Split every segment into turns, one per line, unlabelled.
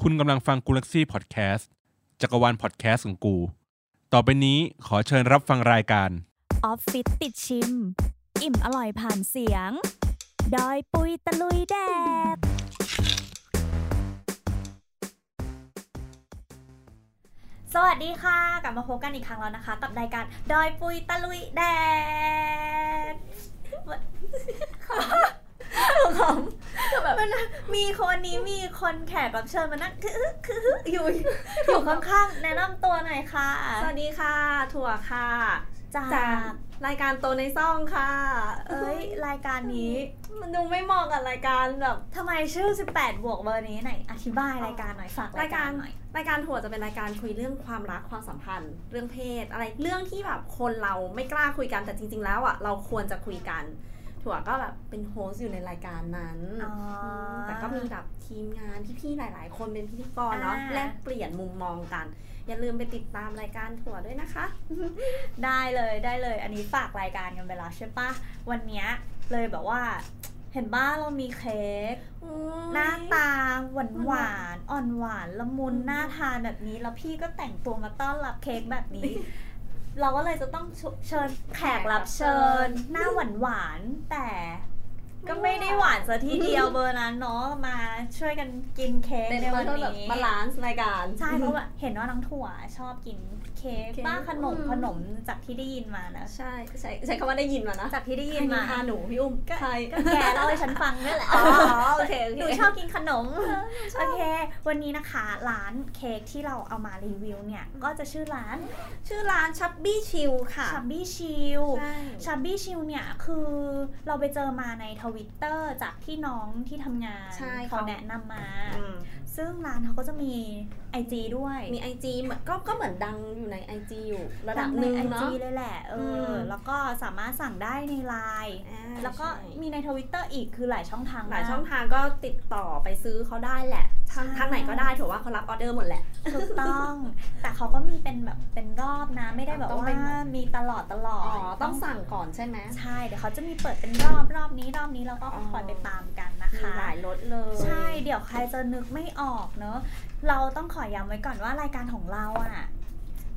คุณกำลังฟังกูลักซี่พอดแคสต์จักรวาลพอดแคสต์ของกู ต่อไปนี้ขอเชิญรับฟังรายการ
ออฟฟิศติดชิม อิ่มอร่อยผ่านเสียง ดอยปุยตะลุยแดด สวัสดีค่ะ กลับมาพบกันอีกครั้งแล้วนะคะ กับรายการดอยปุยตะลุยแด ดขำแบบมีคนนี้มีคนแขกรับเชิญมานั่งคือคืออยู่อยู่ข้างๆแนะนำตัวหน่อยค่ะ
สวัสดีค่ะ ถั่วค่ะ
จาก
จากรายการโตในซ่องค่ะ
เอ้ย รายการนี้
มันดูไม่เหมาะกับรายการแบบ
ทำไมชื่อ 18 บวกเบอร์นี้ไหนอธิบายรายการหน่อยฝากราร
าย ย
กา
การ ร
หน่อย
รายการถั่วจะเป็นรายการคุยเรื่องความรักความสัมพันธ์ เรื่องเพศ อะไรเรื่องที่แบบคนเราไม่กล้าคุยกันแต่จริง ๆ แล้วอ่ะเราควรจะคุยกัน ถั่วก็แบบเป็นโฮสต์อยู่ในรายการนั้น
อ๋ออื
มแต่ก็มีแบบทีมงานพี่ๆหลาย ๆ คนเป็นพิธีกรเนาะ
อ่า
แลกเปลี่ยนมุมมองกัน อย่าลืมไปติดตามรายการถั่วด้วยนะคะ
ได้เลยได้เลย อันนี้ฝากรายการกันไปแล้วใช่ปะวันเนี้ยเลยแบบว่า เห็นบ้าเรามีเค้กหน้าตาหวานหวานๆอ่อนหวานละมุน
อืม
น่าทานแบบนี้ แล้วพี่ก็แต่งตัวมาต้อนรับเค้กแบบนี้ เราก็เลยจะต้องเชิญแขกรับเชิญ หน้าหวานหวานๆแต่ ก็ไม่ได้หวานซะทีเดียวเบอร์นั้นเนาะมาช่วยกันกินเค้ก
เป็น
ใน
วั
วัน น
นี้แบบ
นี้
บาลานซ์รายการ
ใช่เพราะว่าเห็นว่าน้องถั่วชอบกินเค้ก
เค้ก
บ้างขนม
อืม
ขนมจากที่ได้ยินมานะ
ใช่ใช้ใช้คำว่าได้ยินมานะ
จากที่ได้ยิ
ใคร
น
นิ
มา
นทาหนูพี่อุ้ม
ก็
ใคร
ก็แกเล่าให้ฉันฟังนี่แหละ
อ๋อโอเคโอ
ห
เค
นูชอบกินขนมโอเค วันนี้นะคะร้านเค้กที่เราเอามารีวิวเนี่ย ก็จะชื่อร้าน
ชื่อร้านชับบี้ชิลค่ะ
ชับบี้ชิล
ใช่
ชับบี้ชิลเนี่ยคือเราไปเจอมาในทวิตเตอร์จากที่น้องที่ทำงาน
ใช่
เขา
เขา
แนะนำมา
อืม
ซึ่งร้านเขาก็จะมี IG ด้วย
มีไอจีก็ก็เหมือนดังอยู่ในไอจีอยู่ระดับหนึ่งเนาะ
ใ IG เลยแหละ เอออ
ม
แล้วก็สามารถสั่งได้ในไลน์
อ่า
แล้วก็
ใช่
มีในทวิตเตอร์อีกคือหลายช่องทางมก
หลายช่องทางก็ติดต่อไปซื้อเขาได้แหละทาง
ใช่
ทางไหนก็ได้ถือว่าเขารับออเดอร์หมดแหละ
ถูกต้อง แต่เขาก็มีเป็นแบบเป็นรอบนะ ไม่ได้แบบ
ต้อง
ว่า
เป็น
มีตลอดตลอด
อ๋อต้องสั่งก่อนใช่ไหม
ใช่ เดี๋ยวเขาจะมีเปิดเป็นรอบรอบนี้รอบนี้เราก็
อ๋อ
คอยไปตามกันนะ
มี
คะ
หลายรสเลย
ใช่ เดี๋ยวใครจะนึกไม่ออกเนอะ เราต้องขอย้ำไว้ก่อนว่ารายการของเราอะ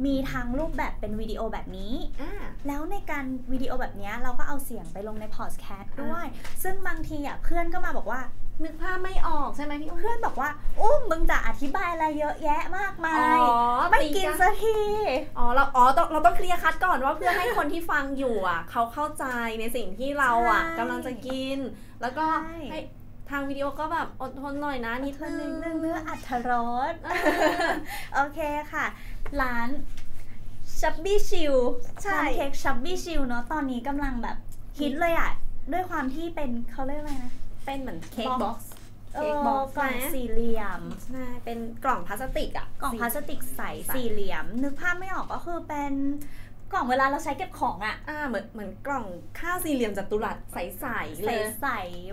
มีทั้งรูปแบบเป็นวิดีโอแบบนี้
อ่า
แล้วในการวิดีโอแบบเนี้ยเราก็เอาเสียงไปลงในพอดแคสต์ด้วย ซึ่งบางทีอ่ะเพื่อนก็มาบอกว่า
นึกภาพไม่ออกใช่ไหมพี่อุ้ม
เพื่อนบอกว่า อุ้มมึงจะอธิบายอะไรเยอะแยะมากมายไม่
ตี
กินสักที
อ๋อเราอ๋อต้องเราต้องเคลียร์คัดก่อนว่าเพื่อให้คนที่ฟังอยู่อ่ะ เขาเข้าใจในสิ่งที่เราอ่ะ
ใช่
กำลังจะกิน แล้วก็
ใช่
ให้ทางวิดีโอก็แบบอดทนหน่อยนะนิด
เพื่อนนึ
นึง
งนึงเพื่ออัธรสโอเคค่ะ ร้านชับบี้ชิล
ใช่
ร้านเค้กชับบี้ชิลเนาะตอนนี้กำลังแบบฮิตเลยอ่ะ ด้วยความที่เป็นเขาเรียกอะไรนะ
เป็นเหมือนเค้กบ็อกซ์
เอ
เค้ก
อ
บ็อกซ์
กล่อง
นะ
สี่เหลี่ยม
ใช่เป็นกล่องพลาสติกอ่ะ
กล่องพลาส
สี
ติกใส
ใส
สี่เหลี่ยม นึกภาพไม่ออกก็คือเป็นกล่องเวลาเราใช้เก็บของอะ
อ่าเหมือนเหมือนกล่องข้าวสี่เหลี่ยมจัตุรัสใสๆ
ใส
เลย
ใส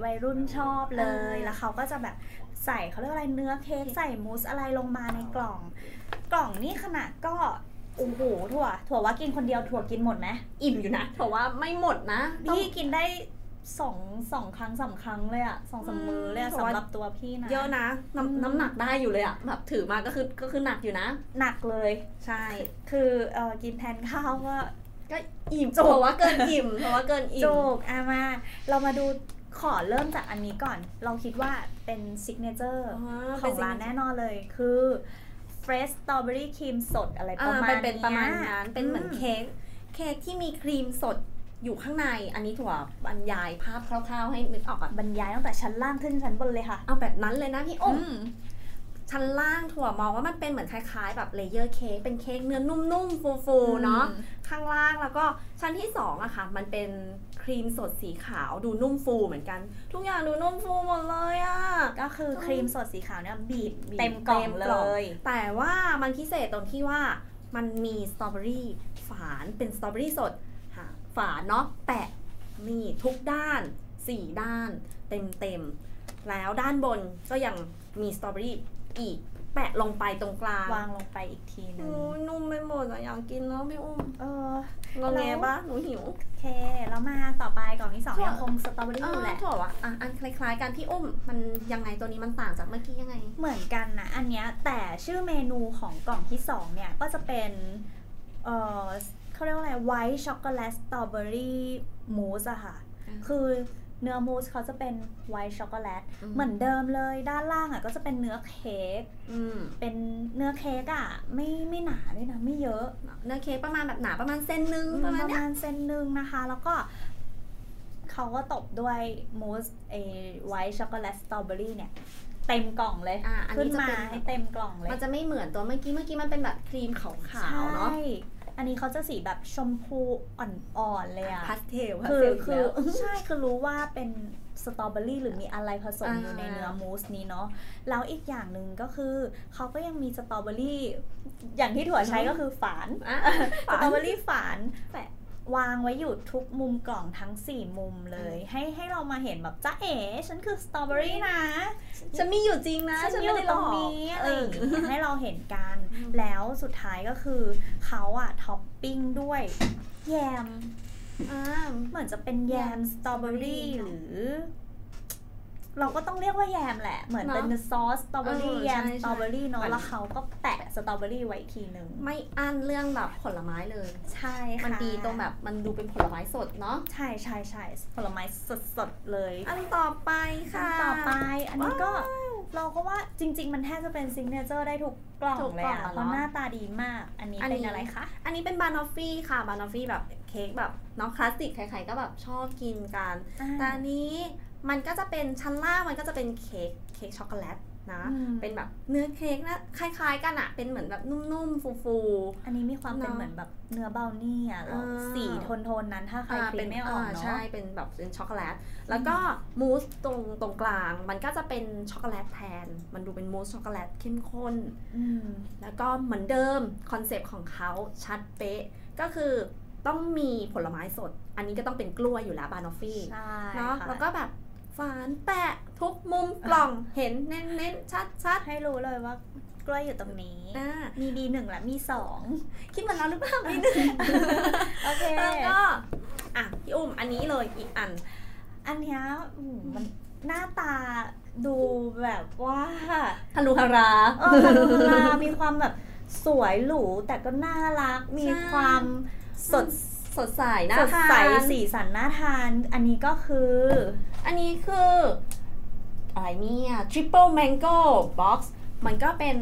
วัยรุ่นชอบเลย
เออ
แล้วเขาก็จะแบบใส่เขาเรียกว่าอะไรเนื้อเค้กใส่มูสอะไรลงมาในกล่อง กล่องนี่ขนาดก็โอ้โหถั่ว ถั่วว่ากินคนเดียวถั่วกินหมดไหม
อิ่มอยู่นะแต่ว่าไม่หมดนะต้อง
พี่กินได้สองสองครั้งสามครั้งเลยอะสองสามมือเลยอะ
ถั่
สำ
วว่า
หรับตัวพี่นะ
เยอะนะน้ำน้ำหนักได้อยู่เลยอ่ะแบบถือมาก็คือก็คือหนักอยู่นะ
หนักเลย
ใช่
คือเออกินแทนข้าวก็
ก็อิ่มโจกว่าเกินอิ่มเพราะว่าเกินอิ่ม
จุกอามา เรามาดูขอเริ่มจากอันนี้ก่อน เราคิดว่าเป็นซิกเนเจอร์ของร้านแน่นอนเลยคือ fresh strawberry cream สดอะไรประ
อ่า
มาณ
เป็นเป็นประมาณ
ย
นั้นเป็นเหมือนเค้กเค้กที่มีครีมสดอยู่ข้างใน อันนี้ถั่วบรรยายภาพคร่าวๆ ให้นึกออกอ่ะ
บรรยายตั้งแต่ชั้นล่างขึ้นชั้นบนเลยค่ะ
เอาแบบนั้นเลยนะพี่อม
อืม
ชั้นล่างถั่วมองว่ามันเป็นเหมือนคล้ายๆ แบบเลเยอร์เค้กเป็นเค้กเนื้อนุ่มๆฟูๆเนาะข้างล่างแล้วก็ชั้นที่สองอะค่ะ มันเป็นครีมสดสีขาวดูนุ่มฟูเหมือนกัน ทุกอย่างดูนุ่มฟูหมดเลยอะ
ก็คือครีมสดสีขาวเนี่ยบีบ
บีบ
เต็มกล่อง
เต็ม
เล
กล่อง
ย
แต่ว่ามันพิเศษตรงที่ว่ามันมีสตรอเบอรี่ฝานเป็นสตรอเบอรี่สดหาฝานเนาะแปะมีทุกด้านสี่ด้านเต็มเต็มๆแล้วด้านบนก็ยังมีสตรอเบอรี่อีก แปะลงไปตรงกลาง
วางลงไปอีกทีหนึง
โอ้ยนุ่มไปหมดอะอยากกินแล้วพี่อุ้ม
เออ
งอแง
แล้ว
ปะหนูหิว
โอเค เรามาต่อไปกล่องที่สอง
ถั่ว
ยังคงสตรอเบอรี่อยู่แหละ
ถั่ววะอ่ะอันคล้ายๆกันพี่อุ้มมันยังไงตัวนี้มันต่างจากเมื่อกี้ยังไง
เหมือนกันนะอันเนี้ยแต่ชื่อเมนูของกล่องที่สองเนี่ยก็จะเป็นเออเขาเรียกว่าอะไรไวท์ช็อกโกแลตสตรอเบอรี่มูสอะค่ะ
อ่า
คือเนื้อมูสเขาจะเป็นไวท์ช็อกโกแลตเหมือนเดิมเลยด้านล่างอะก็จะเป็นเนื้อเค้ก
อืม
เป็นเนื้อเค้กอะไม่ไม่หนาด้วยนะไม่เยอะ
เนื้อเค้กประมาณแบบหนาประมาณเส้นนึง
อืม
ป
ประ ระ
มาณเนี้ย
มาณเซนหนึ่งนะคะ แล้วก็เขาก็ตบด้วยมูสไอไวท์ช็อกโกแลตสตรอเบอรี่เนี่ย เต็มกล่องเลย
อ่ะอัน
ขึ้น
นี้จะ
มา
เป็น
ให้เต็มกล่องเลย
มันจะไม่เหมือนตัวเมื่อกี้เมื่อกี้มันเป็นแบบครีมขาวๆเนาะ
ใช่อันนี้เขาจะสีแบบชมพูอ่อนๆเลยอะ
พาสเทล
คือคือ
อ
ใช่คือรู้ว่าเป็นสตรอเบอรี่หรือมีอะไรผสม
อ่า
อยู่ในเนื้อมูสนี้เนาะแล้วอีกอย่างหนึ่งก็คือเขาก็ยังมีสตรอเบอรี่ อย่างที่ถั่วใช้ก็คือฝาน
อ่ะ
สตรอเบอรี่ฝานแปะวางไว้อยู่ทุกมุมกล่องทั้ง 4 มุมเลย ให้ให้เรามาเห็นแบบจ้าเอ๋ฉันคือสตรอเบอรี่นะ
ฉันมีอยู่จริงนะ
ฉั
ฉั
นอ
นไม่
ยู่
ได้
ต
หล
ร
องก
นี้อะไร
เอ
อ
อ
ย่างเงี้ยให้เราเห็นกัน
อืม
แล้วสุดท้ายก็คือเขาอะท็อปปิ้งด้วย แยม
อ่า
เหมือนจะเป็นแยมสตรอเบอรี่หรือ เราก็ต้องเรียกว่าแยมแหละ เหมือนเป็น
เนอะ
ซอสสตรอเบอรี่
เออ
แยม
ใช่
สตรอเบอรี่เนาะ
มัน
แล้วเขาก็แปะสตรอเบอรี่ไว้อีกทีหนึ่ง
ไม่อั้นเรื่องแบบผลไม้เลย
ใช่ค่ะ
มันดีตรงแบบมันดูเป็นผลไม้สดเนาะ
ใช่ใช่ใช่ผลไม้สดๆเลย
อันต่อไป
ขั้น
ค่ะ
ต่อไปอันนี้ก็
ว้า
เราก็ว่าจริง ๆ มันแทบจะเป็นซิงเกิลเจอร์ได้ทุกกล่อง
ทุก
เลย
กล่อง
อะ
อะ
เพราะ
เนาะ
หน้าตาดีมาก อันนี้
อัน
เป็น
นี้
อะไรคะ
อันนี้เป็นบานอฟฟี่ค่ะบานอฟฟี่แบบเค้กแบบเนาะคลาสสิกใครๆก็แบบชอบกินกัน แต่
อ่า
อันนี้มันก็จะเป็นชั้นล่างมันก็จะเป็นเค้กเค้กช็อกโกแลตนะ
อืม
เป็นแบบเนื้อเค้กนะคล้ายๆกันอะเป็นเหมือนแบบนุ่มๆ ฟู
อันนี้มีความเป็น
เนอะ
เหมือนแบบเนื้อเบลนี่อะแล้ว
อ่า
สีโทนๆนั้นถ้า
ๆ
ใครคิดไม่ออก
า
เนาะ
ใช่เป็นแบบเป็นช็อกโกแลต แล้วก็มูสตรงตรงกลาง มันก็จะเป็นช็อกโกแลตแทน มันดูเป็นมูสช็อกโกแลตเข้มข้น
อืม
แล้วก็เหมือนเดิมคอนเซปต์ของเขาชัดเป๊ะ ก็คือต้องมีผลไม้สด อันนี้ก็ต้องเป็นกล้วยอยู่แล้วบานอฟฟี่
ใช่
เนาะ
ค่
แล้วก็แบบฝานแปะทุกมุมกล่องเห็นเน้นๆ ชัด
ให้รู้เลยว่ากล้วยอยู่ตรงนี้
ๆอ่า
มีบีหนึ่งและมีสอง
คิดเหมือนเราหรือเปล่านิดนึง
โอเค
แล้วก็ อ่ะ พี่อุ้มอันนี้เลยอีกอัน
อันเนี้ยอืมมันหน้าตาดูแบบว่า
ฮัลโหลฮารา
เออคารุคารามีความแบบสวยหรูแต่ก็น่ารัก มี
ใช่
ความสด
สดใสนะ
สดใส
ทาน
สีสันน่าทาน อันนี้ก็คือ
อันนี้คืออะไรเนี่ย triple mango box มันก็เป็น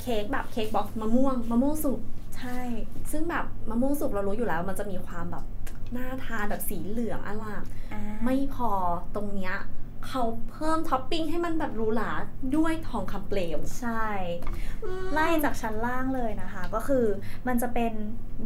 เค้กแบบเค้กบ็อกซ์มะม่วงมะม่วงสุก
ใช่
ซึ่งแบบมะม่วงสุกเรารู้อยู่แล้ว มันจะมีความแบบน่าทานแบบสีเหลืองอร่าม ไม่พอตรงเนี้ยเขาเพิ่มท็อปปิ้งให้มันแบบหรูหราด้วยทองคำเปลว
ใช่ ไล่จากชั้นล่างเลยนะคะ ก็คือมันจะเป็น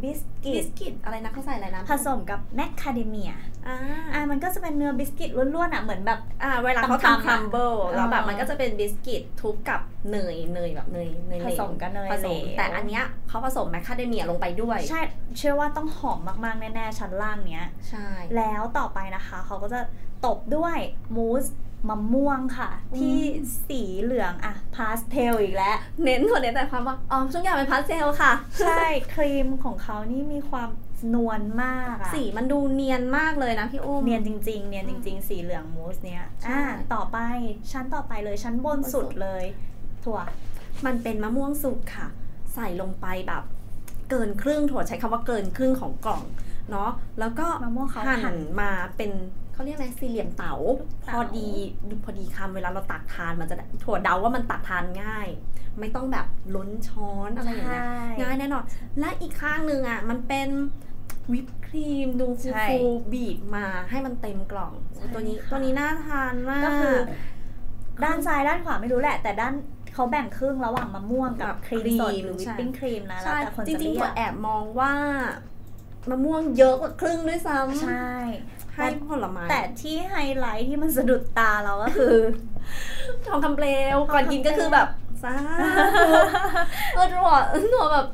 บิสกิ
บิ
ต
สกิตอะไรนะเขาใส่อะไรนะ
ผสมกับแมคคาเดเมีย
อ่า
อ่ะมันก็จะเป็นเนื้อบิสกิตล้วนๆอ่ะเหมือนแบบ
อ่าเวลาเขา
ตำๆอะ
ทำครัมเบิลแล้วแบบ
เออ
มันก็จะเป็นบิสกิตทุบกับเนยเนยแบบเนยเนย
ผ
เหลว
สมกันเนย
ผสม
เหลว
แต่อันเนี้ยเขาผสมแมคคาเดเมียลงไปด้วย
ใช่เชื่อว่าต้องหอมมากๆ แน่ๆ ชั้นล่างเนี้ย
ใช่
แล้วต่อไปนะคะเขาก็จะตบด้วยมูสมะม่วงค่ะ ที่สีเหลืองอะพาสเทลอีกแล้ว
เน้น คนเน้นแต่ความว่าอ๋อทุกอย่างเป็นพาสเทลค่ะ
ใช่ ครีมของเขานี่มีความนวลมากอะ
สีมันดูเนียนมากเลยนะพี่อุ้ม
เนียนจริง ๆ เนียนจริง ๆ สีเหลืองมูสเนี้ย
ใช่
อ่ะต่อไปชั้นต่อไปเลยชั้นบน
บนสุ
สุ
ด
ดเลย ถั่ว
มันเป็นมะม่วงสุกค่ะ ใส่ลงไปแบบ เกินครึ่งถั่วใช้คำว่าเกินครึ่งของกล่องเนาะแล้วก็
มะม่วงเขา
หั่
หั่น
นมาเป็นเขาเรียกอะไรสี่เหลี่ยมเต๋า
เต๋า
พอดีดูพอดีคำเวลาเราตักทานมันจะได้ถั่วเดาว่ามันตักทานง่าย ไม่ต้องแบบล้นช้อนอะไรอย่างเงี้ย
ใช่
ง่ายแน่นอน และอีกข้างหนึ่งอ่ะมันเป็นวิปครีมดูฟู
ใช่
ฟูบีบมาให้มันเต็มกล่อง
ใช่
ตัวนี้
ค่ะ
ตัวนี้น่าทานมาก
ก็คือ ด้านซ้ายด้านขวาไม่รู้แหละ แต่ด้านเขาแบ่งครึ่งระหว่างมะม่วงกับ
กับ
ครีมสด
ครีม
หรือวิ
ใช่
ปปิ้งครีมนะแล้ว
ใช่
แต่คน
จ
จะ
ริง
เรี
ๆ
ย
ก็
ก
แอบมองว่ามะม่วงเยอะกว่าครึ่งด้วยซ้ำ
ใช่
ให้ผลไม้
แต่ที่ไฮไลท์ที่มันสะดุดตาเรา ก็คือ
ทองคำเปลว
ทองคำเปลว
ก่อนกินก็คือแบบซา เออถั่วถั่วแบบ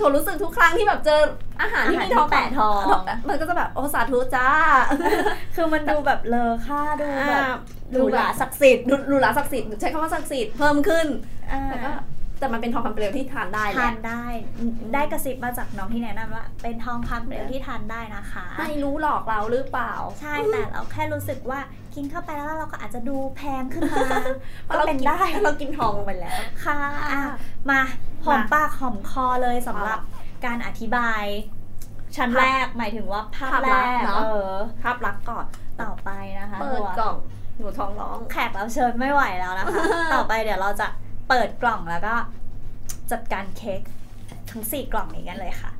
ถั่วรู้สึกทุกครั้งที่แบบเจออาหารที่มีทอง
แปะทอง
ทองมันก็จะแบบโอสาธุจ้า
คือมันดูแบบเลอค่าดูแบบ
อ่า
หรูหราศักดิ์สิทธิ์
ดูหรูหราศักดิ์สิทธิ์ใช้คำว่าศักดิ์สิทธิ์เพิ่มขึ้น
อ่า
แต่ก็แต่มันเป็นทองคำเปลวที่ทานได้แห
ทา
ละ
นได้ได้กระซิบมาจากน้องที่แนะนำว่า เป็นทองคำเปลวที่ทานได้นะคะ
ไม่รู้หลอกเราหรือเปล่า
ใช่แต่เราแค่รู้สึกว่ากินเข้าไปแล้วเราก็อาจจะดูแพงขึ้นมา
เพ
ก็
ราะเรา
เป็น
กิน
ได้
เรากินทองลงไปแล้ว
ค่ะ อ่ะ มาหอมปากหอมคอเลยสำหรับการอธิบาย ชั้น
ภาพ
แรกหมายถึงว่าภาพ
ภาพ
แร
ลักษณ์
ก
เนอะ
เออ
ภาพลักษณ์ก่อน
ต่อไปนะคะ
เปิด
หัว
กล่องหนูท้องร้อง
แขกรับเชิญไม่ไหวแล้ว นะคะ ต่อไปเดี๋ยวเราจะเปิดกล่องแล้วก็ จัดการเค้กทั้ง 4 กล่องนี้กันเลยค่ะ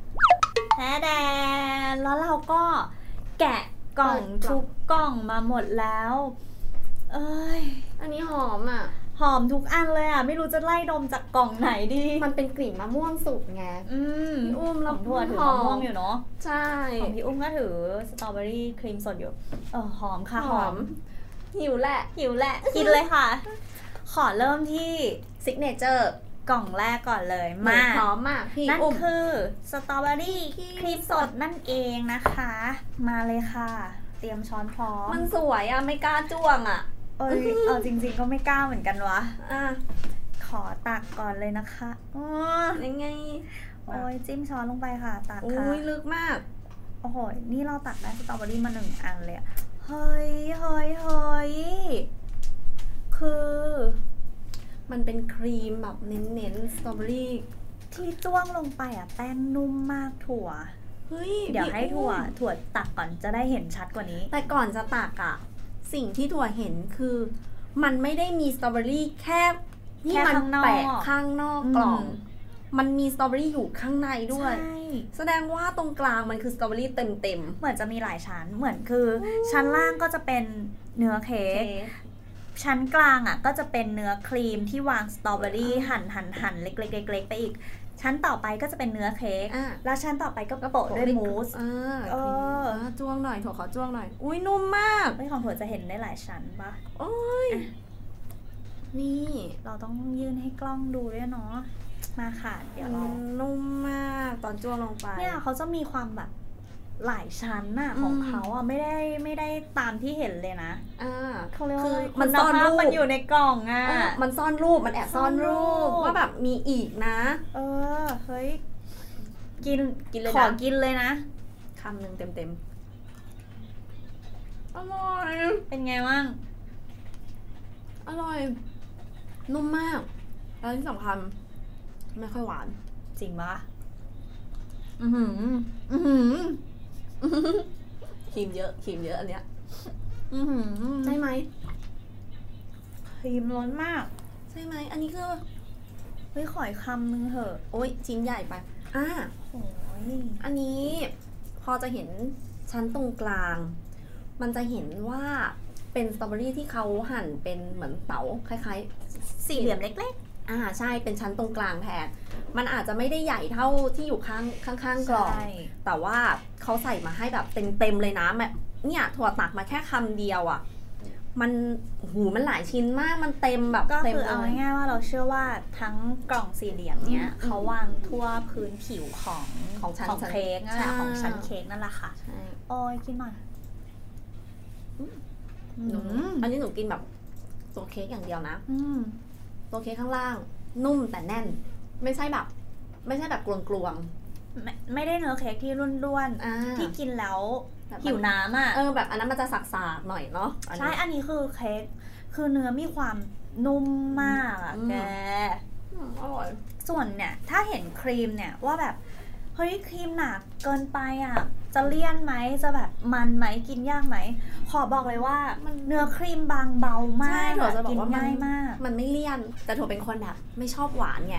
แท้แดนแล้วเราก็แกะกล่อง
เปิดกล่อง
ทุกกล่องมาหมดแล้ว เอ้ย
อันนี้หอมอ่ะ
หอมทุกอันเลยอ่ะ ไม่รู้จะไล่ดมจากกล่องไหนดี
มันเป็นกลิ่นมะม่วงสุกไง
อืม
พี่อุ้ม
ข
เรา
องถั่วถือมะม่วงอยู่เนาะ
ใช่
ของพี่อุ้มก็ถือสตรอเบอรี่ครีมสดอยู่ เออหอมค่ะ หอม
หิวแหละ
หิวแหละ กินเลยค่ะ ขอเริ่มที่
ซิกเนเจอร์
กล่องแรกก่อนเลย
มาม
าก
หอมมากพี่
นั่น
อุ้ม
คือสตรอเบอรี่ครีมสดนั่นเองนะคะ มาเลยค่ะ เตรียมช้อนพร้อม
มันสวยอ่ะ ไม่กล้าจ้วงอ่ะ
เอยเอาจริง ๆ ก็ไม่กล้าเหมือนกันวะ
อ่ะ
ขอตักก่อนเลยนะคะอ้อ
ยังไง
โอ้ยจิ้มช้อนลงไปค่ะ ตักค่ะ
อุ้ยลึกมาก
โอ้โห นี่เราตักได้สตรอเบอรี่มาหนึ่งอันเลยอะเฮ้ย เฮ้ย เฮ้ย คือ
มันเป็นครีมแบบเน้นๆสตรอเบอรี่
ที่จ้วงลงไปอ่ะ แป้งนุ่มมากถั่ว
เฮ้ย
เดี๋ยวให้
พี่
ถั่ว
อุ้ม
ถั่วตักก่อนจะได้เห็นชัดกว่านี้
แต่ก่อนจะตักอ่ะ สิ่งที่ถั่วเห็นคือ มันไม่ได้มีสตรอเบอรี่แค่ที่
แค่
มัน
ข้างนอก
แปะข้างนอกกล่อง
อืม
มันมีสตรอเบอรี่อยู่ข้างในด้วย
ใช่
แสดงว่าตรงกลางมันคือสตรอเบอรี่เต็ม
เหมือนจะมีหลายชั้น เหมือนคืออชั้นล่างก็จะเป็นเนื้อเค้
ๆเอก
ชั้นกลางอ่ะก็จะเป็นเนื้อครีมที่วางสตรอเบอรี่หั่นหั่นหั่นเล็กๆเล็กๆไปอีก ชั้นต่อไปก็จะเป็นเนื้อเค้ก
อ่ะ
แล้วชั้นต่อไปก็โปะด้วยมูส
อ่า
เออ
จ้วงหน่อยถั่วขอจ้วงหน่อย อุ้ยนุ่มมาก
ไม่ของถั่วจะเห็นได้หลายชั้นปะ
โอ้ย นี่
เราต้องยื่นให้กล้องดูด้วยเนาะ มาค่ะ เดี๋ยวเรา
มันนุ่มมากตอนจ้วงลงไป
เนี่ยเขาจะมีความแบบหลายชั้นน่ะของ
อืม
เขาอ่ะไม่ได้ไม่ได้ตามที่เห็นเลยนะ
อ่า
เขาเรียกว่า
คือ
อะไร
มัน
คุณ
ซ่อน
ภาพ
รูป
มันอยู่ในกล่องอ่ะ
เออมันซ่อนรูป มันแอบซ่อนรู
ซ่
ป
อนรูป
ว่าแบบมีอีกนะ
เออเฮ้ยกิน
กินเลยนะ
ขอกินเลยนะ
คำหนึ่งเต็มๆ อร่อย
เป็นไงบ้าง
อร่อย นุ่มมาก แล้วที่สำคัญ ไม่ค่อยหวาน
จริงปะอือหืออือหือ
ครีมเยอะ ครีมเยอะอันเนี้ย
อือหือ
ใช่ไหม
ครีมร้อนมาก
ใช่ไหม อันนี้คือ
เฮ้ยขออีกคำนึงเถอะ
โอ้ยชิ้นใหญ่ไป อ่า
โอ้ย
อันนี้พอจะเห็นชั้นตรงกลาง มันจะเห็นว่าเป็นสตรอเบอรี่ที่เขาหั่นเป็นเหมือนเต๋าคล้าย
สี่เหลี่ยมเล็ก
ๆ อ่าใช่เป็นชั้นตรงกลางแทน มันอาจจะไม่ได้ใหญ่เท่าที่อยู่ข้างข้างๆ
ๆ
กล่อง
ใช่
แต่ว่าเขาใส่มาให้แบบเต็มๆเลยนะแบบเนี่ยถั่วตักมาแค่คำเดียวอะ่ะ มันโอ้โหูมันหลายชิ้นมากมันเต็มแบบ
ก็
เต็ม
คือ
เล
เอา
ย
ง่ายๆว่าเราเชื่อว่าทั้งกล่องสี่เหลี่ยมเนี้ย
อืม
เขาวางทั่วพื้นผิวของ
ของชั้น
ของเค้กนั่นแหละ
ใช่
ของชั้นเค้กนั่นแหละค่ะ
ใช่
โอ้ยกินหน่อย
หนูอันนี้หนูกินแบบตัวเค้กอย่างเดียวนะ
อืม
ตัวเค้กข้างล่าง นุ่มแต่แน่น ไม่ใช่แบบ ไม่ใช่แบบกลวง
ไม่ไม่ได้เนื้อเค้กที่ร่วน
ๆอ่า
ๆ ที่กินแล้ว
แบบ
หิวน้ำอ่ะ
เออแบบอันนั้นมันจะสักๆหน่อยเนาะอัน
ใช่
นี้
อันนี้คือเค้กคือเนื้อมีความนุ่มมากอะ
อืม
แก
อืมอร่อย
ส่วนเนี่ย ถ้าเห็นครีมเนี่ยว่าแบบ เฮ้ยครีมหนักเกินไปอ่ะ จะเลี่ยนไหมจะแบบมันไหมกินยากไหม ขอบอกเลยว่ามันเนื้อครีมบางเบามาก
ถั่วจะบอก
น
ว่ามั
ง่ายมาก
มันไม่เลี่ยน แต่ถั่วเป็นคนแบบ ไม่ชอบหวานไง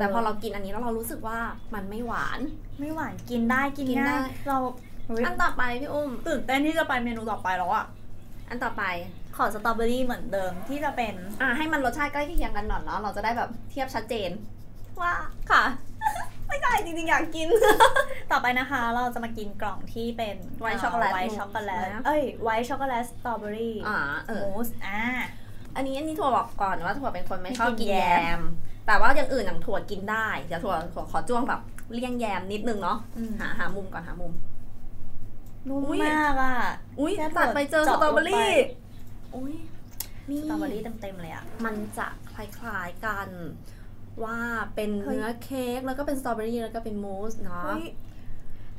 แต่พอเรากินอันนี้แล้วเรารู้สึกว่ามันไม่หวาน
ไม่หวานกินได้กิน
กินได้
ง่ายเรา
อันต่อไปพี่อุ้ม
ตื่นเต้นที่จะไปเมนูต่อไปแล้วอ่ะ
อันต่อไป
ขอสตรอเบอรี่เหมือนเดิมที่จะเป็น
อ่าให้มันรสชาติใกล้เคียงกันหน่อยเนาะเราจะได้แบบเทียบชัดเจน
ว่า
ค่ะ ไม่ได้จริงๆอยากกิน
ต่อไปนะคะเราจะมากินกล่องที่เป็น
White chocolate
ไวท์ช็อกโกแลต
นะ
เอ้ยไวท์ช็อกโกแลตสตรอเบอรี่
อ่าเออ
มูสอ่า
อันนี้อันนี้ถั่วบอกก่อนว่าถั่วเป็นคนไม่
ไม่
ชอบ
กิ
กิ
น
น
แย
แย
ม
ม แต่ว่าอย่างอื่นอย่างถั่วกินได้เดี๋ยวถั่วถั่วขอจ้วงแบบเลี่ยงแยมนิดนึงเนาะ
อืม
หาหามุมก่อนหามุม
นุ่ม
อุ๊ย
มากอ่ะ
อุ้ย
แค่ถั่ว
ตัดไปเจอส
เจาะ
ตรอเบอ
ลง
รี่
ไป
อุ้ย นี่
สตรอเบอรี่เต็มๆเลยอะ
มันจะคล้ายๆกันว่าเป็น
เฮ้ย
เนื้อเค้กแล้วก็เป็นสตรอเบอรี่แล้วก็เป็นมูสเนาะ
เฮ้ย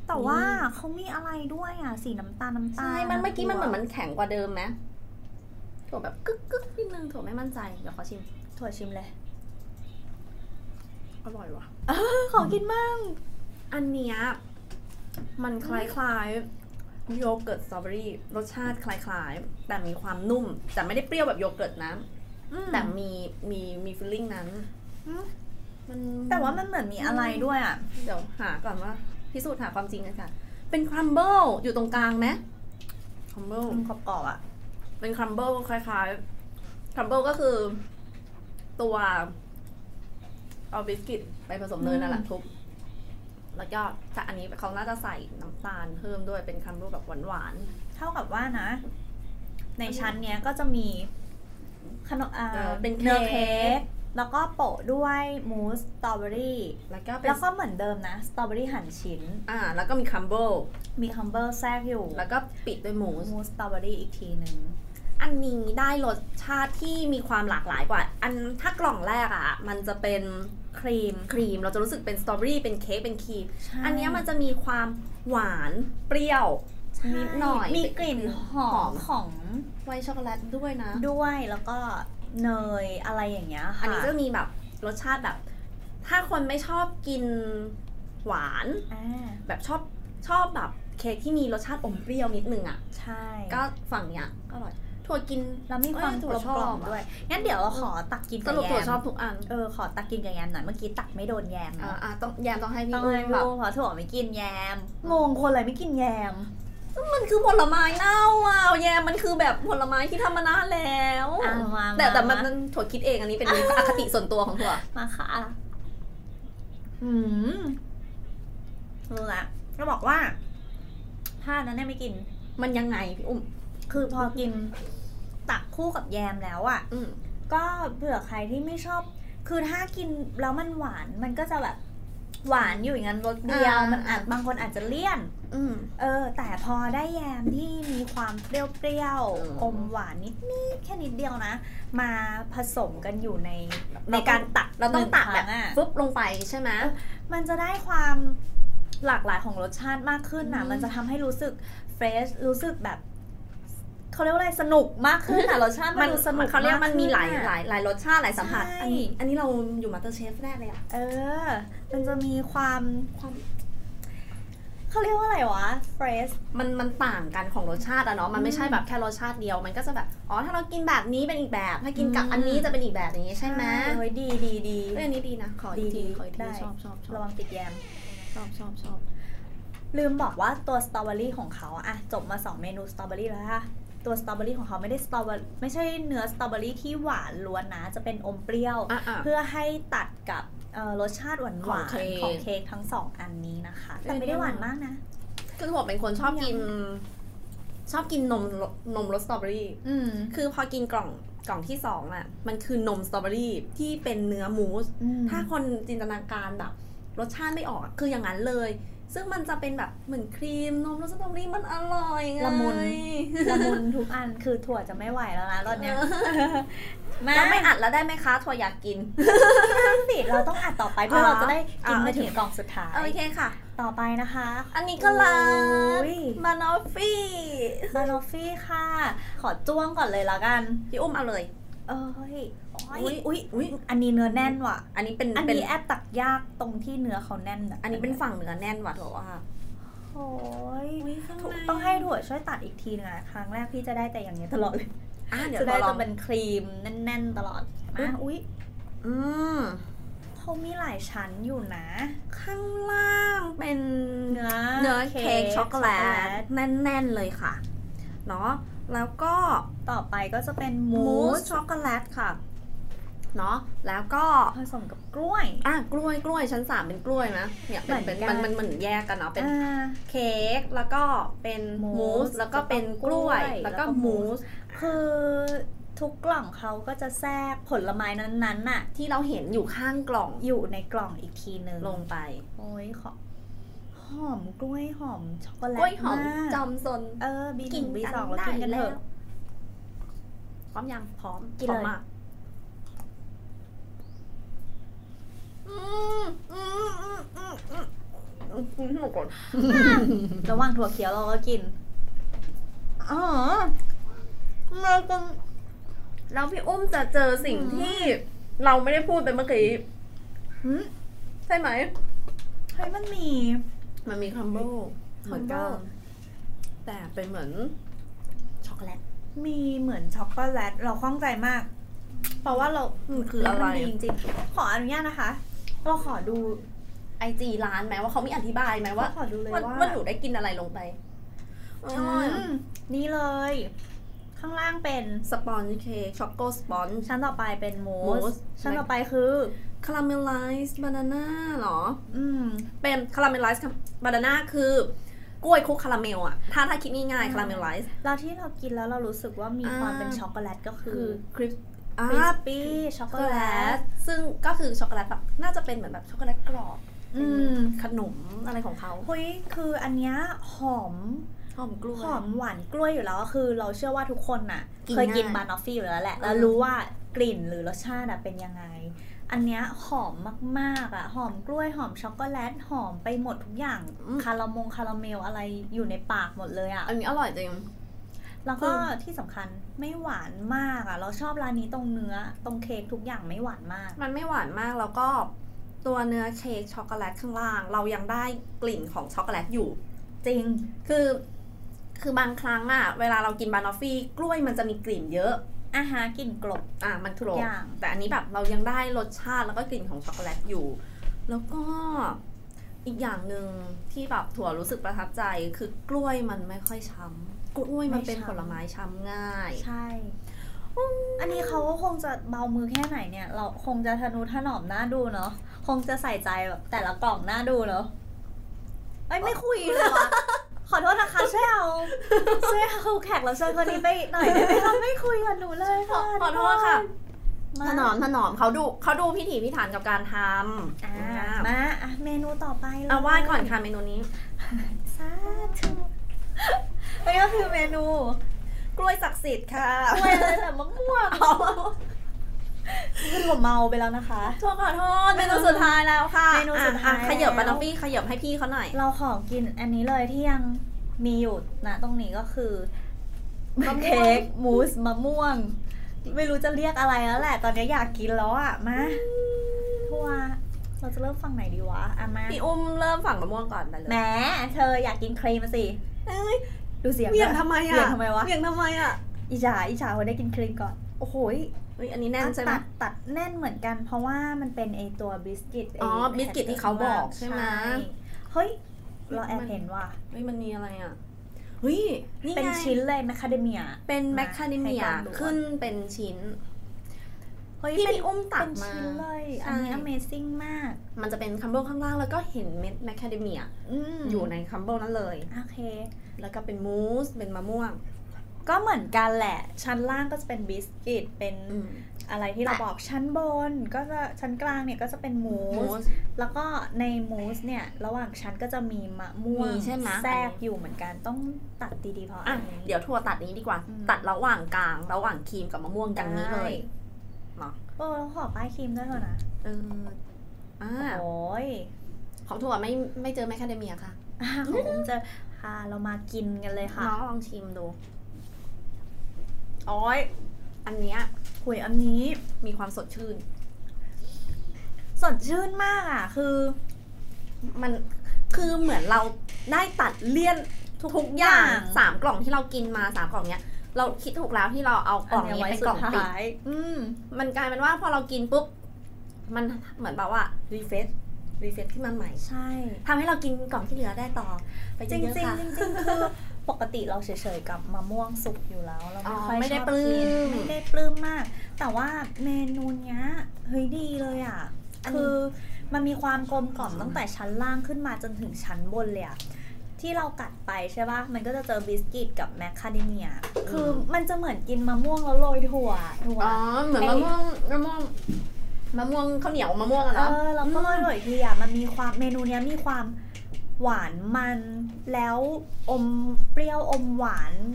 แต่ว่า
อืม
เขามีอะไรด้วยอ่ะ สีน้ำตาลน้ำตาล
ใช่ มันเมื่อกี้มันเหมือนมั
ะ
นแข็งกว่าเดิมไหมถั่วแบบกึกกึกๆนิดนึงถั่วไม่มั่นใจ เดี๋ยวขอชิม
ถั่วชิมเลย
อร่อยว่ะ
ขอกินมาก
อันเนี้ยมันคล้ายๆโยเกิร์ตสตรอเบอรี่รสชาติคล้ายๆ แต่มีความนุ่ม แต่ไม่ได้เปรี้ยวแบบโยเกิร์ตนะ แต่มีมีมีฟีลลิ่งนั้น
อืม
มัน
แต่ว่ามันเหมือนมีอะไรด้วยอ่ะ
เดี๋ยวหาก่อนว่า พิสูจน์หาความจริงกันค่ะ เป็นครัมเบิลอยู่ตรงกลางไหมครัมเบิล
มันกรอบๆอ่ะ
เป็นครัมเบิลคล้ายๆครัมเบิลก็คือ ตัวเอาบิสกิตไปผสมเนยนั่นแหละ
อืม
ทุบแล้วก็แต่อันนี้เขาน่าจะใส่น้ำตาลเพิ่มด้วยเป็นครัมเบิลแบบหวาน
เท่ากับว่านะ ในชั้นเนี้ยก็จะมีขนมอ่า
เออเป็นเค้ก
อเค้กแล้วก็โปะด้วยมูสสตรอเบอรี่
ๆแล้วก็เป็น
แล้วก็เหมือนเดิมนะสตรอเบอรี่หั่นชิ้น
อ่า แล้วก็มีครัมเบิล
มีคัมเบอร์แทรกอยู่
แล้วก็ปิดด้วยมูส
มูสสตรอเบอรี่อีกทีหนึ่ง
อันนี้ได้รสชาติที่มีความหลากหลายกว่า อันถ้ากล่องแรกอะ่ะ มันจะเป็น
ครีม
ครีม เราจะรู้สึกเป็นสตรอเบอรี่เป็นเค้กเป็นครีม
อั
อัน
น
เนี้
เนี้ยมั
ยมัน
น
จะมีความหวานเปรี้ยว นิดหน่อย
มีกลิ่นหอมของ
ไวท์ช็อกโกแลตด้วยนะ
ด้วยแล้วก็เนยอะไรอย่างเงี้ยค่ะ
อันนี้จะมีแบบรสชาติแบบ ถ้าคนไม่ชอบกินหวาน
อ่า
แบบชอบชอบแบบเค้กที่มีรสชาติอมเปรี้ยวนิดนึงอะ่ะ
ใช่
ก็ฝั่งเนี้ยอร่อยถั่วกิน
แล้วมีความก
เอ้ย
ร
ถั่ว
อบ
ชอบ
กรอ
อะ
ด้วย งั้นเดี๋ยวเราขอตักกิน
ส
กับ
รุป
แย
ถั่วชอบ
ม
ทุกอัน
เออขอตักกินกับแยมหน่อยเมื่อกี้ตักไม่โดนแยม
อ่า
เนาะ
อ่ะต้องแยมต้องให้พี่
ต้อง
อุ้
เลย
ม
แบ
แบบ บ
ขอถั่วไม่กินแยมงงคนอะไรไม่กินแยม
มันคือผลไม้เน่าอ่ะแยมมันคือแบบผลไม้ที่ทำมานานแล้ว
อ่ะวาง
แต่แต่มัน
วาง
มันถั่วคิดเองอันนี้เป็นอคติส่วนตัวของถั่ว
มาค่ะอืมรู้ละเราบอกว่าถ้านั้นเนี่ยไม่กิน
มันยังไงพี่อุ้ม
คือพอกินตักคู่กับแยมแล้วอ่ะ
อืม
ก็เผื่อใครที่ไม่ชอบ คือถ้ากินแล้วมันหวาน มันก็จะแบบหวานอยู่อย่างนั้นรสเดียว มันอาจบางคนอาจจะเลี่ยน
อืม
เออ แต่พอได้แยมที่มีความเปรี้ยว
อืม
ๆ อมหวานนิดนิดๆแค่นิดเดียวนะ มาผสมกันอยู่ในในการตัก
เราต้องตักแบบ
หนึ่งครั้งอะ
ฟึบลงไปใช่ไหม
มันจะได้ความหลากหลายของรสชาติมากขึ้นนะ
อืม
มันจะทำให้รู้สึกเฟรช รู้สึกแบบเขาเรียกว่าอะไรสนุกมากขึ้นอ่ะรสชาติมันดูสนุก
เขาเรียกมันมีหลาย
ขึ้อะ
หลายหลายรสชาติหลายสัมผัส
ใช่
อันนี้อันนี้เราอยู่มาสเตอร์เชฟแรกเลยอ่ะ
เออ มันจะมีความ
ความ
เขาเรียกว่าอะไรวะ fresh
มันมันต่างกันของรสชาติอะเนาะมันไม่ใช่
อืม
แบบแค่รสชาติเดียวมันก็จะแบบอ๋อถ้าเรากินแบบนี้เป็นอีกแบบ ถ้ากินกับ
อืม
อันนี้จะเป็นอีกแบบอย่างนี้ใช่ไหม
เฮ้ยดีดีดี
เรื่องนี้ดีนะขออีกที
ดี
ขออีก
ได้
ทีชอบชอบชอบ
ระวังติดแยม
ชอบชอบชอบ
ลืมบอกว่าตัวสตรอเบอรี่ของเขาอะจบมา 2 เมนูสตรอเบอรี่แล้วค่ะ ตัวสตรอเบอรี่ของเขาไม่ได้สตรอเบอรี่ไม่ใช่เนื้อสตรอเบอรี่ที่หวานล้วนนะ จะเป็นอมเปรี้ยว
อ่ะอ่ะ
เพื่อให้ตัดกับเอ่อรสชาติหวานหวาน
ของเค้ก
ของเค้กทั้งสองอันนี้นะคะ
เอ้ย
แต่ไม่ได้หวานมากนะ
คือผมเป็นคนชอบกิน ชอบกินนมรสนมรสสตรอเบอรี่
อืม
คือพอกินกล่องกล่องที่สองอ่ะ มันคือนมสตรอเบอรี่ที่เป็นเนื้อมูส ถ้าคนจินตนาการแบบ รสชาติไม่ออกอะคืออย่างนั้นเลย ซึ่งมันจะเป็นแบบเหมือนครีมนมรสสตรอเบอรี่มันอร่อยไง
ละมุน ละมุนทุกอันคือถั่วจะไม่ไหวแล้วนะรสเนี้ยมา
แล้วไม่อัดแล้วได้ไหมคะทัวอยากกิน
สิเราต้องอัดต่อไปเพื่อเราจะได้กินมาถึงกล่องสุดท้าย
โอเคค่ะ
ต่อไปนะคะ
อันนี้ก็ร้า
โ
นมานอฟฟี่
บานอฟฟี่ค่ะ ขอจ้วงก่อนเลยละกัน
พี่อุ้มเอาเลย
เอ้ยโอ้ย
อุ้ยอุ้ย
อันนี้เนื้อแน่นว่ะ
อันนี้เป็น
อัน
เป็น
นี้แอบตักยากตรงที่เนื้อเขาแน่น
อันนี้เป็นฝั่งเนื้อแน่นว่ะถั่วว่า
โอ้ย
ถูก
ต้องให้ถั่วช่วยตัดอีกทีหนึงนะครั้งแรกพี่จะได้แต่อย่างนี้ยตลอดเลย
อ่ะเดี๋ยว
จะ
ถั่
ได้
วลอ
จะ
ง
เป็นครีมแน่น ๆ ตลอด
อุ๊
อ่ะ
ย
อุ๊ย
อืม
เขามีหลายชั้นอยู่นะ
ข้างล่างเป็น
เนื้อ
เนื้อเค้กช็อกโกแลตแน่นๆเลยค่ะเนาะแล้วก็
ต่อไปก็จะเป็น
มู
มู
ส
ส
ช็อกโกแลตค่ะเนาะแล้วก็
ผสมกับกล้วย
อ่ะกล้วยกล้วยชั้นสามเป็นกล้วยนะเนี่ยเป็นเป็
เหมือ
น
นกั
มัน นมันเหมือนแยกกันเนาะเป็น
อ่า
เค้กแล้วก็เป็น
มู
มู
ส
สแล้วก็เป็นกล้วย
แล้
แล้ว ว
ก็
ก็
มู
มู
ส
ส
คือทุกกล่องเขาก็จะแทรกผลไม้นั้นๆน่ะ
ที่เราเห็นอยู่ข้างกล่อง
อยู่ในกล่องอีกทีหนึ่ง
ลงไป
โอ้ยขอหอมกล้วยหอมช็อกโกแลต
กล้วยหอม
าก
จอมซน
เออบีห
กิ
นึ่
น
งบีสอง
กัน
เรากินกัน
ได้
เถอะ
แล้ว พร้อมยังพร้อม
กินเลย
พร้อมมากอืมอืมอืมอืมอืมอืมหนูก่อน
ระหว่างถั่วเขียวเราก็กิน
อ๋อเราก็แล้วพี่อุ้มจะเจอสิ่งที่เราไม่ได้พูดไปเมื่อกี้
หืม
ใช่ไหม
เฮ้ยมันมี
มันมีคัมโบเหมือนกัน
Crumble
แต่เป็นเหมือน ช็อกโกแลต
มีเหมือนช็อกโกแลตเราข้องใจมาก เพราะว่าเรา
มั
มัน
คืออะไร
ดีจริงๆ ขออนุญาตนะคะ เราขอดู
ไอจีร้านไหมว่าเขามีอธิบายไหมว่า
ขอดูเลย
ว่า
ว่า
ว่าหนูได้กินอะไรลงไป
อืมนี่เลย ข้างล่างเป็น
สปอนเคช็อกโกสปอน
ชั้นต่อไปเป็นมูส
Mousse
ชั้นต่อไปคือ
คาราเมลไลซ์บานาน่าหรอ
อืม
เป็นคาราเมลไลซ์บานาน่าคือกล้วยคลุกคาราเมลอะถ้าถ้าคิดง่าย
อื
ๆ
ม
คาราเมลไลซ์
เราที่เรากินแล้วเรารู้สึกว่ามี
อ่า
ความเป็นช็อกโกแลตก็คื
คือ อคริสอ่า
คริสปี้ช็อก
ช็อ
โก
กโก
แล
แล
ต
ต ซึ่งก็คือช็อกโกแลตแบบน่าจะเป็นเหมือนแบบช็อกโกแลตกรอบ
อืม
ขนมอะไรของเขา
เฮ้ยคืออันเนี้ยหอม
หอมกล้วย
หอมหวานกล้วยอยู่แล้วก็คือ เราเชื่อว่าทุกคนน่ะ
กิน
เคยกิน
ง่าย
บานอฟฟี่อยู่แล้วแหละ
อืม
แล้วรู้ว่ากลิ่นหรือรสชาติอะเป็นยังไง อันเนี้ยหอมมากๆอ่ะ หอมกล้วยหอมช็อกโกแลตหอมไปหมดทุกอย่าง คารามงคาราเมลอะไรอยู่ในปากหมดเลยอ่ะ
อันนี้อร่อยจริง
แล้วก็
คือ
ที่สำคัญไม่หวานมากอ่ะ เราชอบร้านนี้ตรงเนื้อตรงเค้กทุกอย่างไม่หวานมาก
มันไม่หวานมากแล้วก็ตัวเนื้อเค้กช็อกโกแลตข้างล่าง เรายังได้กลิ่นของช็อกโกแลตอยู่
จริง
คือ คือบางครั้งอะเวลาเรากินบานอฟฟี่กล้วยมันจะมีกลิ่นเยอะ
อาหารกลิ่นกลบ
อ่ะมันทุร
ทุ
น
กอย่าง
แต่อันนี้แบบเรายังได้รสชาติแล้วก็กลิ่นของช็อกโกแลตอยู่ แล้วก็อีกอย่างหนึ่งที่แบบถั่วรู้สึกประทับใจ คือกล้วยมันไม่ค่อยช้ำกล้วยมันเป็นผลไม้ช้ำง่าย
ใช่ อันนี้เขาก็คงจะเบามือแค่ไหนเนี่ย เราคงจะทนุถนอมหน้าดูเนาะ คงจะใส่ใจแบบแต่ละกล่องหน้าดูเนาะไอ้ยไม่คุยเลยวะ ขอโทษนะคะช่วยเอาช่วยเอาแขกรับเชิญคนนี้ไปหน่อยได้ไหมคะไม่คุยกับหนูเลยค่ะ
ขอโทษค่ะ
มา
ถนอมถนอมเขาดูเขาดูพิถีพิถันกับการทำ
อ่า
อ่ะ
มาอ่ะเมนูต่อไปเลย
เอาว่าก่อนค่ะเมนูนี้
สาธุ นี่ก็คือเมนู
กล้วยศักดิ์สิทธิ์ค่ะ
กล้วยอะไรแบบมะม่วงคือผมเมาไปแล้วนะคะ
ทั่วขอโทษเมนูสุดท้ายแล้วค่ะ
เมนูสุดท้าย
อ่ะอ่ะขยับ
แล้ว
บานอฟฟี่ขยับให้พี่เขาหน่อย
เราขอกินอันนี้เลยที่ยังมีอยู่นะตรงนี้ก็คือเค้กมูสมะม่วง ไม่รู้จะเรียกอะไรแล้วแหละ ตอนนี้อยากกินแล้วอ่ะมาทัวร์เราจะเริ่มฝั่งไหนดีวะอ่ะมา
พี่อุ้มเริ่มฝั่งมะม่วงก่อนไปเล
แหม
ย
เธออยากกินครีมอะสิ
เอ้ย
ดูเสียง
เหวียง
ด้วย
ทำไมอ่ะ
เหวี่ยงทำไมวะ
เหวียงทำไมอ่ะ
อิจฉาอิจฉาคนได้กินครีมก่อน โอ้โห
เฮ้ยอันนี้แน่นใช่ไหม
ตัดตัดแน่นเหมือนกันเพราะว่ามันเป็นไอตัวบิสกิตไ
อ๋อบิสกิตที่เขาบอกใช่ไหม
เฮ้ย เราแอบ
มัน
เห็นว่า
เฮ้ยมันมีอะไรอ่ะเฮ้ยนี่ไง
เป็นชิ้นเลยแมคคาเดเมีย
เป็นแมคคาเดเมีย
ให้ลองดูก่อน
ขึ้นเป็นชิ้น
เฮ้ย
ที่
เป็น
พี่อุ้มตั
เป็
ด
น
มา
ชิ้นเลย อันนี้
ใช่
Amazing มาก
มันจะเป็นคัมเบิลข้างล่างแล้วก็เห็นเม็ดแมคคาเดเมีย
อืม
อยู่ในคัมเบิลนั้นเลย
โอเค
แล้วก็เป็นมูสเป็นมะม่วง
ก็เหมือนกันแหละ ชั้นล่างก็จะเป็นบิสกิตเป็นอะไรที่เรา
แต่
บอกชั้นบน ก็จะชั้นกลางเนี่ยก็จะเป็นมู
มู
ส
ส
แล้วก็ในมูสเนี่ย ระหว่างชั้นก็จะมีมะม่วง
มีใช่ไหม
แทร
อั
ก
นนี้
อยู่เหมือนกันต้องตัดดีๆเพราะ
อ่ะ
อันนี้
เดี๋ยวทัวร์ตัดนี้ดีกว่า
อืม
ตัดระหว่างกลาง ระหว่างครีมกับมะม่วงอย่างนี้เลยเนาะ
โอ้เราขอป้ายครีมด้วยเถอะนะ
เอออ่า
โอ้ย
ของทัวร์ไม่ไม่เจอแมคคาเดเมียค่ะ
ของผมจะพาเรามากินกันเลยค่ะ
น้องลองชิมดูโอ้ยอันเนี้ย
หุยอันนี้
มีความสดชื่น
สดชื่นมากอ่ะ คือ
มันคือเหมือนเราได้ตัดเลี่ยนทุกๆอย่างสามกล่องที่เรากินมาสามกล่องเนี้ย เราคิดถูกแล้วที่เราเอากล่องนี้เป็นกล่องปิด
ยอืม
มันกลายเป็นว่าพอเรากินปุ๊บ มันเหมือนแบบว่ารีเฟซรีเฟซขึ้นมาใหม่
ใช่
ทำให้เรากินกล่องที่เหลือได้ต่อ ไป
จ
เย
ริง
อะ
ๆจริ
ๆ
ง
ค่ะ
ๆคือปกติเราเฉยๆกับมะม่วงสุกอยู่แล้วเรา
อ๋
ไม่
อ
ค่อย
ไม่ได้
ชอบ
ปลื้
กิน
ม
ไม่ได้ปลื้มมาก แต่ว่าเมนูเนี้ยเฮ้ยดีเลยอ่ะ คือมันมีความกลมกล่อมตั้งแต่ชั้นล่างขึ้นมาจนถึงชั้นบนเลยอะที่เรากัดไปใช่ปะมันก็จะเจอบิสกิตกับแมคคาเดเมีย คือมันจะเหมือนกินมะม่วงแล้วโรยถั่วถั่ว
อ๋อเหมือนมะม่วงมะม่วงมะม่วงข้าวเหนียวมะม่วงอะ
เอ
เนาะ
อแล้วก็โรยอีกทีอะมันมีความเมนูเนี้ยมีความ หวานมันแล้วอมเปรี้ยวอมหวาน
ม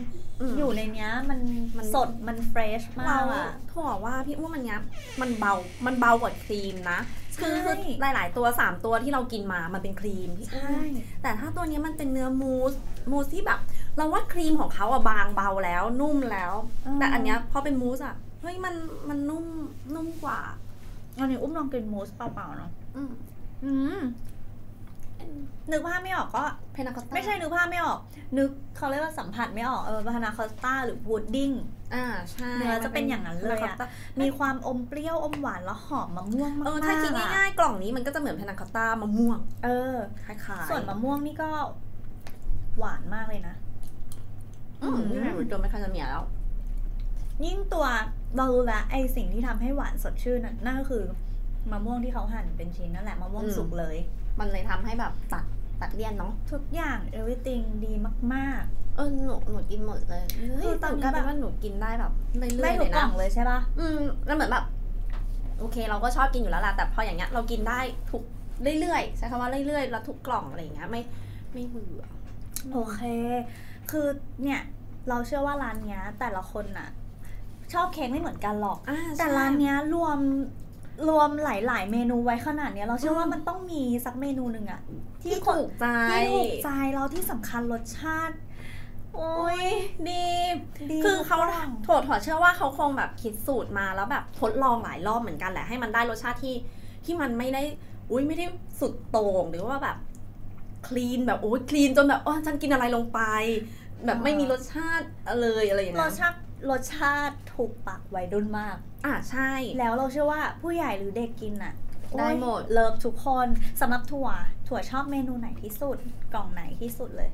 อยู่ในเนี้ยมัน
มัน
สดมันเฟรชมา
เรา
กอะ
ถั่วว่าพี่อ้วนมันเนี้ยมันเบา มันเบากว่าครีมนะคือ
ใช่
คือหลาย ๆ ตัว 3 ตัวที่เรากินมา มันเป็นครีมพี่อ้วนแต่ถ้าตัวเนี้ยมันเป็นเนื้อมูส มูสที่แบบ เราว่าครีมของเขาอะบางเบาแล้วนุ่มแล้ว แต่อันเนี้ยพอเป็นมูสอะเฮ้ยมันมันนุ่มนุ่มกว่า
อันนี้อุ้มลองกินมูสเปล่าๆเนาะ
อืม
อืมนึกภาพไม่ออกก็
เพนาคอตตา
ไม่ใช่นึกภาพไม่ออก นึกเขาเรียกว่าสัมผัสไม่ออกเออพานาคอสต้าหรือวูดดิ้ง
อ่าใช่
เนื้อจะเป็นอย่างนั้นเลยอะ
พาาคอตตา
มีความอมเปรี้ยวอมหวานแล้วหอมมะม่วงมาก
เออถ้าคิดง่ายๆกล่องนี้มันก็จะเหมือนเพนาคอตตามะม่วง
ๆเออ
คล้ายๆ
ส่วนมะม่วงนี่ก็ หวานมากเลยนะ
อืมนี่ไงหนูจนไม่ค่อยจะเหนียวแล้ว
ยิ่งตัวเรารู้และไอสิ่งที่ทำให้หวานสดชื่นน่ะนั่นก็คือมะม่วงที่เขาหั่นเป็นชิ้นนั่นแหละมะม่วง
อืม
สุกเลย
มันเลยทำให้แบบตัดตัดเลี่ยนเนาะ
ทุกอย่าง everything ดีมาก
เออหนูหนูกินหมดเลย
คือตอนนี้
หกลาย
แบ
เป็น
บ
ว่าหนูกินได้แบบเรื่
ๆ
อ
ไม่
ยๆ
ถูก
เลย
กล่
นะ
องเลยใช่ปะ
อืมมันเหมือนแบบ โอเค เราก็ชอบกินอยู่แล้วล่ะแต่พออย่างเงี้ยเรากินได้ทุกเรื่อยๆใช้คำว่าเรื่อยๆแล้วทุกกล่องอะไรอย่างเงี้ยไม่ไม่เบื่อ
โอเค คือเนี่ยเราเชื่อว่าร้านเนี้ย แต่ละคนน่ะ ชอบเค้กไม่เหมือนกันหรอก
อ่า
แต่
ใช่
ร้านเนี้ยรวมรวมหลาย ๆ เมนูไว้ขนาดเนี้ยเราเชื่อว่า
อืม
มันต้องมีสักเมนูหนึ่งอะ
ที่
คน
ถูกใจ
ที่ถูกใจเราที่สำคัญรสชาติ โอ้ย
ดี
ดี
คือเขา
มก
ถั่วถั่วเชื่อว่าเขาคงแบบคิดสูตรมาแล้วแบบทดลองหลายรอบเหมือนกันแหละให้มันได้รสชาติที่ที่มันไม่ได้ อุ้ยไม่ได้สุดโต่งหรือว่าแบบคลีนแบบโอ้ยคลีนจนแบบโอ้ฉันกินอะไรลงไป แบบไม่มีรสชาติเลยอะไรอย่าง
ร
เงี้
ส
ย
ชาติรสชาติถูกปากวัยรุ่นมาก
อ่าใช่
แล้วเราเชื่อว่าผู้ใหญ่หรือเด็กกินอ่ะ
ได้หมด
เลิฟทุกคนสำหรับถั่ว ถั่วชอบเมนูไหนที่สุด กล่องไหนที่สุดเลย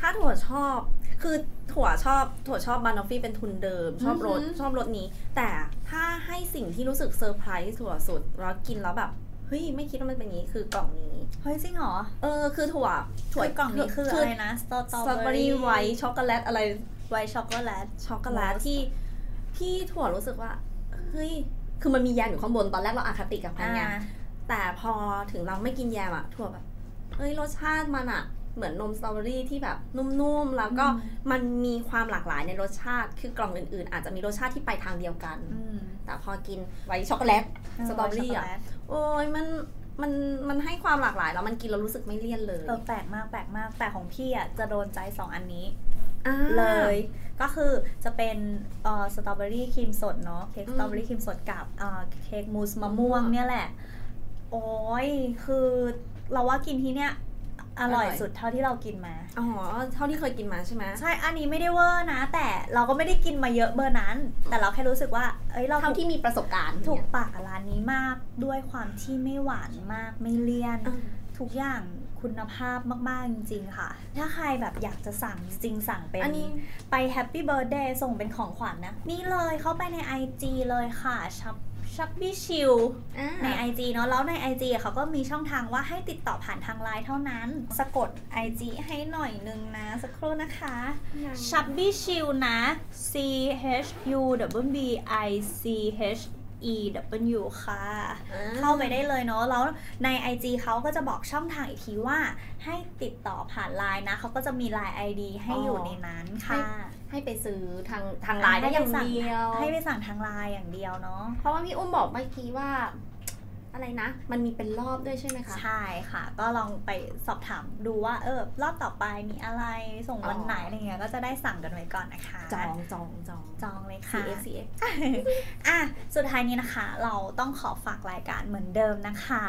ถ้าถั่วชอบ คือถั่วชอบ ถั่วชอบบานอฟฟี่เป็นทุนเดิม ชอบรส
อือหือ
ชอบรสนี้ แต่ถ้าให้สิ่งที่รู้สึกเซอร์ไพรส์ถั่วสุดแล้วกินแล้วแบบเฮ้ยไม่คิดว่ามันเป็นอย่างนี้คือกล่องนี้
เฮ้ยจริงเหรอ
เออคือถั่วถั่ว
คือกล่องนี้คืออะไรนะสต
สตร
ร
อ
อ
เบ
เบ
อ
อ
รี่
รี่
ไวท์ช็อกโกแลตอะไร
ไวท์ช็อกโกแลต
ช็อกโกแลต
Mousse
ที่ที่ถั่วรู้สึกว่าเฮ้ยคือมันมีแยมอยู่ข้างบนตอนแรกเราอาคติกับพันยา
อ่า
แต่พอถึงเราไม่กินแยมอะถั่วแบบเอ้ยรสชาติมันอะเหมือนนมสตรอเบอรี่ที่แบบนุ่มๆแล้วก็มันมีความหลากหลายในรสชาติคือกล่องอื่นๆ อาจจะมีรสชาติที่ไปทางเดียวกัน
อืม
แต่พอกินไวท์ช็อกโกแลต สตรอเบอรี่อะ
ไวท์ช็กโกแลต
โอ้ยมันมันมันให้ความหลากหลายแล้วมันกินแล้วรู้สึกไม่เลี่ยนเลย
เออแปลกมากแปลกมาก แต่ของพี่อ่ะจะโดนใจสองอันนี้
า
เลยก็คือจะเป็นสตรอเบอรี่ครีมสดเนาะเค้ก
อื
สต
ม
รอเบอรี่ครีมสดกับเอ่อเค้กมูสมะม่วง
มะม่วง
เนี่ยแหละ โอ้ยคือเราว่ากินที่เนี่ยอร่อย
อร่อย
สุดเท่าที่เรากินมา
อ๋อ เท่าที่เคยกินมาใช่ไหม
ใช่อันนี้ไม่ได้เวอร์นะ แต่เราก็ไม่ได้กินมาเยอะเบอร์นั้น แต่เราแค่รู้สึกว่าเอ้ยเรา
เท่าที่มีประสบการณ์
ถูกปากกับร้านนี้มากด้วยความที่ไม่หวานมากไม่เลี่ยน
เนี่ย
ทุกอย่างคุณภาพมาก ๆ จริง ๆ ค่ะ ถ้าใครแบบอยากจะสั่งจริงๆสั่งเป็น
อันนี้
ไปแฮปปี้เบิร์ดเดย์ส่งเป็นของขวัญนะ นี่เลยเข้าไปใน IG เลยค่ะชับชับบี้ชิล
อ่า
ใน IG เนาะแล้วใน IG อะเขาก็มีช่องทางว่าให้ติดต่อผ่านทางไลน์เท่านั้น สะกด IG ให้หน่อยนึงนะ สักครู่นะคะชับบี้ชิลนะ C H U W B I C H E W ค่ะ
อ่
เข้าไปได้เลยเนาะแล้วใน IG เขาก็จะบอกช่องทางอีกทีว่าให้ติดต่อผ่านไลน์นะเขาก็จะมีไลน์ ID ให้อยู่ในนั้นค่ะ
ให้ไปซื้อทางทางไลน์ได้อย่างเดียว
ให้ไปสั่งทางไลน์อย่างเดียวเนาะ
เพราะว่าพี่อุ้มบอกเมื่อกี้ว่า อะไรนะ มันมีเป็นรอบด้วยใช่ไหมคะ
ใช่ค่ะ ก็ลองไปสอบถามดูว่าเออรอบต่อไปมีอะไรส่งวันไหน
อ๋ออ
อะไรเงี้ยก็จะได้สั่งกันไว้ก่อนนะคะ
จองจองจอง
จองเลยค่ะ
CF CF
อ่ะสุดท้ายนี้นะคะ เราต้องขอฝากรายการเหมือนเดิมนะคะ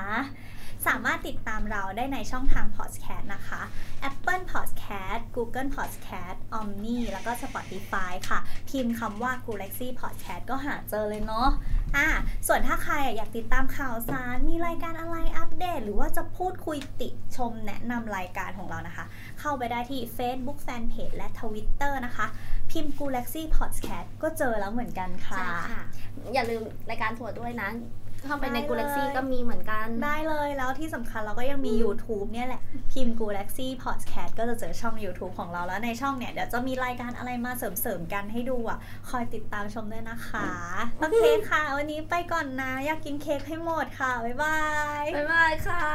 สามารถติดตามเราได้ในช่องทาง Podcast นะคะ Apple Podcast Google Podcast Omni แล้วก็ Spotify ค่ะ พิมพ์คำว่า Galaxy Podcast ก็หาเจอเลยเนาะอ่ะส่วนถ้าใครอยากติดตามข่าวสาร มีรายการอะไรอัปเดต หรือว่าจะพูดคุยติชมแนะนำรายการของเรานะคะ เข้าไปได้ที่ Facebook Fanpage และ Twitter นะคะ พิมพ์ Galaxy Podcast ก็เจอแล้วเหมือนกันค่ะ
ใช่ค่ะ อย่าลืมรายการถั่วด้วยนะ เข้าไปใน
ได้เลย
กูเล็กซี่ก็มีเหมือนกัน
ได้เลยแล้วที่สำคัญเราก็ยังมี YouTube เนี่ยแหละ พิมพ์ Galaxy Podcast ก็จะเจอช่อง YouTube ของเราแล้วในช่องเนี่ย เดี๋ยวจะมีรายการอะไรมาเสริมๆกันให้ดูอ่ะ คอยติดตามชมด้วยนะคะ โอเคค่ะ วันนี้ไปก่อนนะ อยากกินเค้กให้หมดค่ะ บ๊ายบาย
บ๊ายบายค่ะ